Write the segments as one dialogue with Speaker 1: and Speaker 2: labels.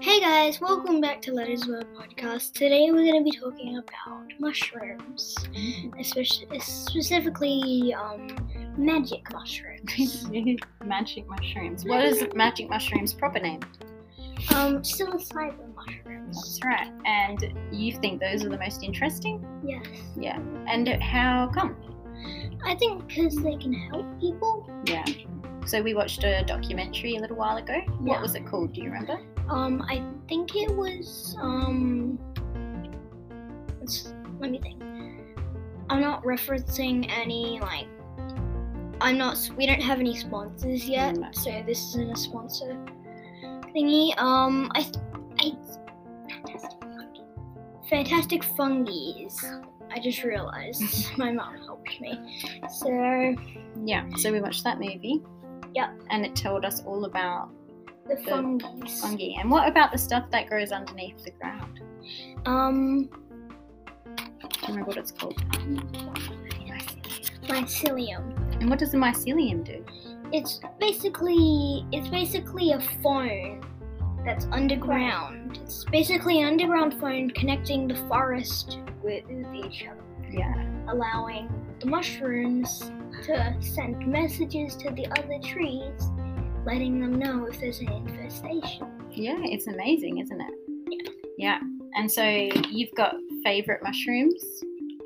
Speaker 1: Hey guys, welcome back to Letters World Podcast. Today we're going to be talking about mushrooms, especially specifically um, magic mushrooms.
Speaker 2: magic mushrooms. What is magic mushrooms' proper name?
Speaker 1: um, psilocybin mushrooms.
Speaker 2: That's right. And you think those are the most interesting?
Speaker 1: Yes,
Speaker 2: Yeah. And how come?
Speaker 1: I think because they can help people.
Speaker 2: Yeah. So we watched a documentary a little while ago.
Speaker 1: Yeah.
Speaker 2: What was it called? Do you remember?
Speaker 1: Um, I think it was um, let's, let me think. I'm not referencing any like. I'm not. We don't have any sponsors yet,
Speaker 2: No.
Speaker 1: so this isn't a sponsor thingy. Um, I, I, fantastic fungies. I just realized my mom helped me. So
Speaker 2: Yeah. So we watched that movie.
Speaker 1: Yeah.
Speaker 2: And it told us all about
Speaker 1: the fungies.
Speaker 2: fungi. And what about the stuff that grows underneath the ground?
Speaker 1: Um,
Speaker 2: Do you remember what it's called?
Speaker 1: mycelium.
Speaker 2: And what does the mycelium do?
Speaker 1: It's basically it's basically a phone that's underground. It's basically an underground phone connecting the forest with each other,
Speaker 2: Yeah.
Speaker 1: allowing the mushrooms to send messages to the other trees, letting them know if there's an infestation.
Speaker 2: Yeah. It's amazing, isn't it? Yeah. And so you've got favorite mushrooms?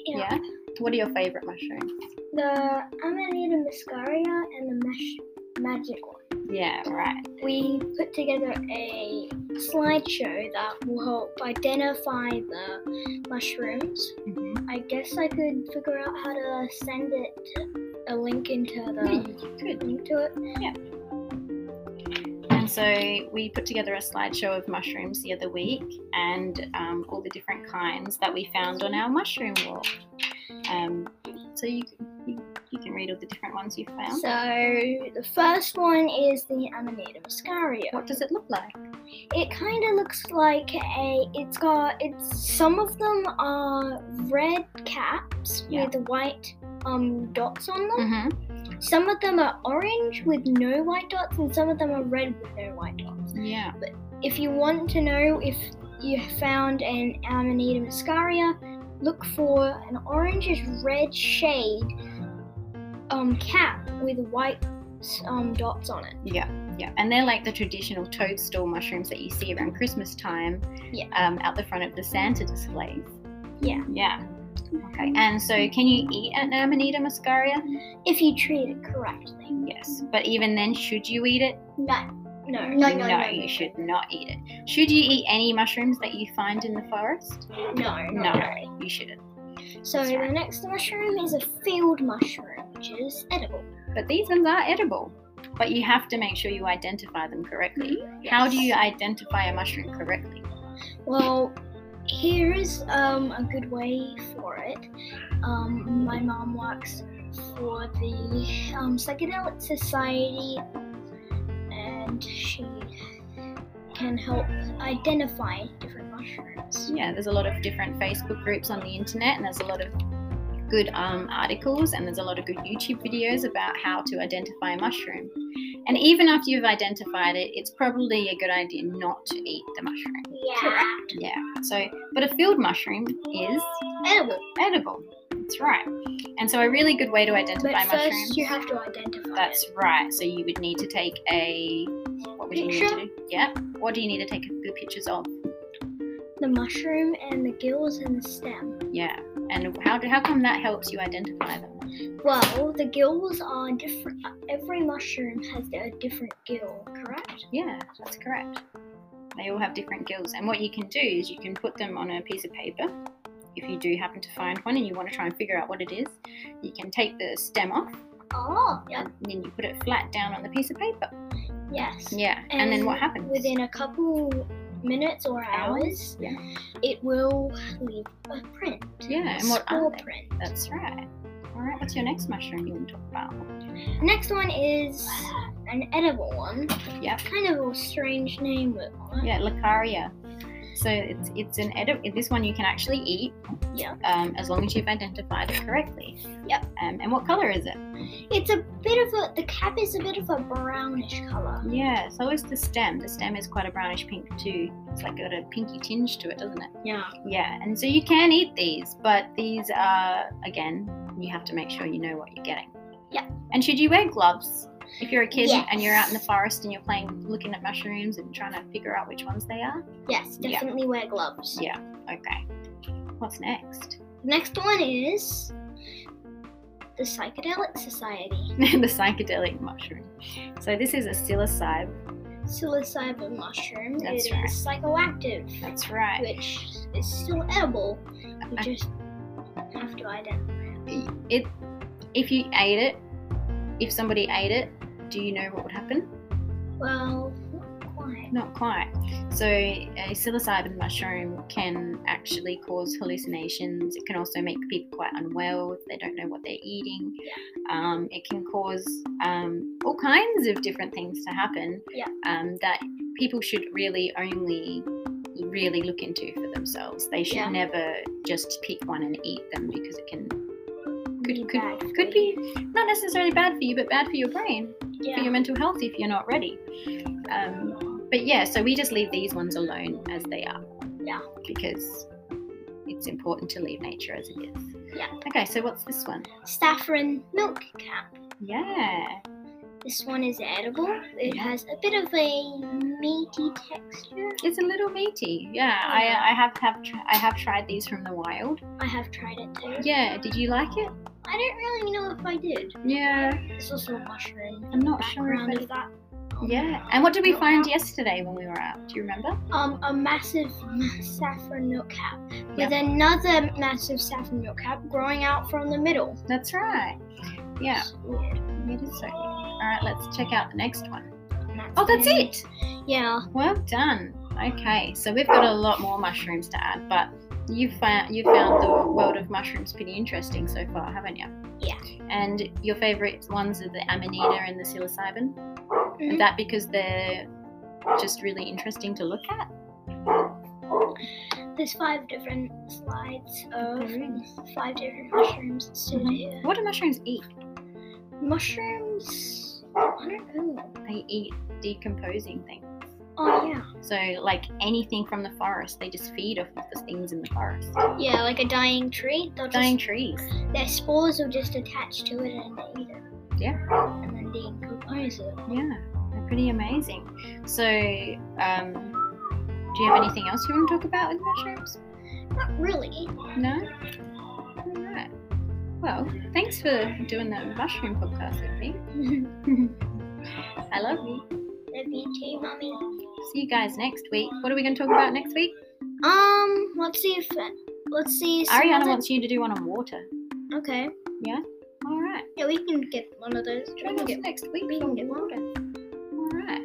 Speaker 1: You know,
Speaker 2: Yeah. What are your favorite mushrooms?
Speaker 1: The Amanita muscaria and the mesh magic one.
Speaker 2: Yeah, right.
Speaker 1: we put together a slideshow that will help identify the mushrooms.
Speaker 2: Mm-hmm.
Speaker 1: I guess I could figure out how to send it a link into the
Speaker 2: Good.
Speaker 1: link to it.
Speaker 2: And so we put together a slideshow of mushrooms the other week and um, all the different kinds that we found on our mushroom walk. Um, so you, you, you can read all the different ones you found.
Speaker 1: So the first one is the Amanita muscaria.
Speaker 2: what does it look like?
Speaker 1: It kind of looks like a. It's got. It's some of them are red caps
Speaker 2: Yeah.
Speaker 1: with white um dots on them.
Speaker 2: Mm-hmm.
Speaker 1: Some of them are orange with no white dots, and some of them are red with no white dots.
Speaker 2: Yeah.
Speaker 1: If you want to know if you found an Amanita muscaria, look for an orangish red shade um, cap with white um, dots on it.
Speaker 2: Yeah. Yeah. And they're like the traditional toadstool mushrooms that you see around Christmas time
Speaker 1: Yeah.
Speaker 2: um, out the front of the Santa displays.
Speaker 1: Yeah.
Speaker 2: Yeah. Okay. And so can you eat an Amanita muscaria?
Speaker 1: If you treat it correctly.
Speaker 2: Yes, but even then, should you eat it?
Speaker 1: No. No. No. No. no,
Speaker 2: you should not eat it. Should you eat any mushrooms that you find in the forest?
Speaker 1: No. not
Speaker 2: No.
Speaker 1: really.
Speaker 2: You shouldn't.
Speaker 1: So
Speaker 2: That's right.
Speaker 1: the next mushroom is a field mushroom, which is edible.
Speaker 2: But these ones are edible. But you have to make sure you identify them correctly. Hmm? How do
Speaker 1: Hmm? Yes.
Speaker 2: you identify a mushroom correctly?
Speaker 1: Well, here is um, a good way for it. Um, my mom works for the um, Psychedelic Society, and she can help identify different mushrooms.
Speaker 2: Yeah, there's a lot of different Facebook groups on the internet, and there's a lot of good um, articles, and there's a lot of good YouTube videos about how to identify a mushroom. And even after you've identified it, it's probably a good idea not to eat the mushroom.
Speaker 1: Yeah.
Speaker 2: Yeah. So, but a field mushroom is
Speaker 1: Edible.
Speaker 2: edible. That's right. And so, a really good way to
Speaker 1: But
Speaker 2: identify
Speaker 1: first,
Speaker 2: mushrooms.
Speaker 1: you have to identify
Speaker 2: That's
Speaker 1: it.
Speaker 2: right. So you would need to take a. What would you need
Speaker 1: Picture?
Speaker 2: to do? Yeah. What do you need to take good pictures of?
Speaker 1: the mushroom and the gills and the stem.
Speaker 2: Yeah. And how do, how come that helps you identify them?
Speaker 1: Well, the gills are different. Every mushroom has a different gill, correct?
Speaker 2: Yeah, that's correct. They all have different gills. And what you can do is you can put them on a piece of paper. If you do happen to find one and you want to try and figure out what it is, you can take the stem off
Speaker 1: Oh, yeah.
Speaker 2: and then you put it flat down on the piece of paper.
Speaker 1: Yes.
Speaker 2: Yeah, and, then what happens?
Speaker 1: Within a couple minutes or hours,
Speaker 2: yeah.
Speaker 1: it will leave a print.
Speaker 2: Yeah, and what
Speaker 1: Spore
Speaker 2: are they? Uh,
Speaker 1: print.
Speaker 2: That's right. All right, what's your next mushroom you want to talk about?
Speaker 1: Next one is an edible one.
Speaker 2: Yeah.
Speaker 1: Kind of a strange name, but
Speaker 2: Yeah, Lucaria. So it's it's an edit. This one you can actually eat.
Speaker 1: Yeah.
Speaker 2: Um, as long as you've identified it correctly.
Speaker 1: Yep.
Speaker 2: Um, and what color is it?
Speaker 1: It's a bit of a the cap is a bit of a brownish color.
Speaker 2: Yeah. So is the stem. The stem is quite a brownish pink too. It's like got a pinky tinge to it, doesn't it?
Speaker 1: Yeah.
Speaker 2: Yeah. And so you can eat these, but these are again you have to make sure you know what you're getting.
Speaker 1: Yep.
Speaker 2: And should you wear gloves? If you're a kid
Speaker 1: Yes.
Speaker 2: and you're out in the forest and you're playing, looking at mushrooms and trying to figure out which ones they are.
Speaker 1: Yes,
Speaker 2: Yeah.
Speaker 1: definitely wear gloves.
Speaker 2: Yeah. Okay. What's next?
Speaker 1: Next one is the Psychedelic Society.
Speaker 2: the psychedelic mushroom. So this is a psilocybe.
Speaker 1: Psilocybin mushroom.
Speaker 2: That's
Speaker 1: It
Speaker 2: right.
Speaker 1: is psychoactive,
Speaker 2: That's right.
Speaker 1: which is still edible. We
Speaker 2: I-
Speaker 1: just have to identify. it.
Speaker 2: It, if you ate it, if somebody ate it, do you know what would happen?
Speaker 1: Well, not quite.
Speaker 2: Not quite. So a psilocybin mushroom can actually cause hallucinations. It can also make people quite unwell if they don't know what they're eating. Um, it can cause um, all kinds of different things to happen
Speaker 1: Yeah.
Speaker 2: um, that people should really only really look into for themselves. They should
Speaker 1: Yeah.
Speaker 2: never just pick one and eat them because it can could
Speaker 1: Be bad
Speaker 2: could,
Speaker 1: for
Speaker 2: could be not necessarily bad for you, but bad for your brain
Speaker 1: Yeah.
Speaker 2: for your mental health if you're not ready. Um, but yeah, so we just leave these ones alone as they are.
Speaker 1: Yeah.
Speaker 2: Because it's important to leave nature as it is.
Speaker 1: Yeah.
Speaker 2: Okay, so what's this one?
Speaker 1: Saffron milk cap.
Speaker 2: Yeah.
Speaker 1: This one is edible. It has a bit of a meaty texture.
Speaker 2: It's a little meaty. Yeah,
Speaker 1: Oh, Yeah.
Speaker 2: I, I have have tr- I have tried these from the wild.
Speaker 1: I have tried it too.
Speaker 2: Yeah. Did you like it?
Speaker 1: I don't really know if I did.
Speaker 2: Yeah.
Speaker 1: It's also a mushroom.
Speaker 2: I'm not sure.
Speaker 1: Background
Speaker 2: If
Speaker 1: of
Speaker 2: it-
Speaker 1: that.
Speaker 2: yeah. And what did we find yesterday when we were out? Do you remember?
Speaker 1: Um, a massive saffron milk cap with another massive saffron milk cap growing out from the middle.
Speaker 2: That's right. Yeah.
Speaker 1: It's weird.
Speaker 2: It is so. weird. All right. Let's check out the next one.
Speaker 1: And
Speaker 2: Oh, that's it.
Speaker 1: Yeah.
Speaker 2: Well done.
Speaker 1: Mm.
Speaker 2: Okay, so we've got a lot more mushrooms to add, but you found you found the world of mushrooms pretty interesting so far, haven't you?
Speaker 1: Yeah.
Speaker 2: And your favourite ones are the amanita and the psilocybin.
Speaker 1: Mhm.
Speaker 2: Is that because they're just really interesting to look at?
Speaker 1: There's five different slides of
Speaker 2: There is.
Speaker 1: five different mushrooms stood
Speaker 2: Mhm.
Speaker 1: here.
Speaker 2: What do mushrooms eat?
Speaker 1: Mushrooms. I don't know.
Speaker 2: They eat decomposing things.
Speaker 1: Oh yeah.
Speaker 2: So, like anything from the forest, they just feed off of the things in the forest.
Speaker 1: Yeah, like a dying tree. They'll just-
Speaker 2: Dying trees.
Speaker 1: their spores will just attach to it and eat it.
Speaker 2: Yeah.
Speaker 1: And then decompose it.
Speaker 2: Yeah, they're pretty amazing. So, um, do you have anything else you want to talk about with mushrooms?
Speaker 1: Not really.
Speaker 2: No? Alright. Well, thanks for doing the mushroom podcast with me.
Speaker 1: Love
Speaker 2: I love you.
Speaker 1: you too, mommy.
Speaker 2: See you guys next week. What are we going to talk about next week?
Speaker 1: Um, let's see if let's see. some
Speaker 2: Ariana
Speaker 1: other-
Speaker 2: wants you to do one on water.
Speaker 1: Okay.
Speaker 2: Alright.
Speaker 1: Yeah, we can get one of those. We
Speaker 2: Join
Speaker 1: can
Speaker 2: us
Speaker 1: get
Speaker 2: next week
Speaker 1: we
Speaker 2: for
Speaker 1: can get
Speaker 2: water. Alright.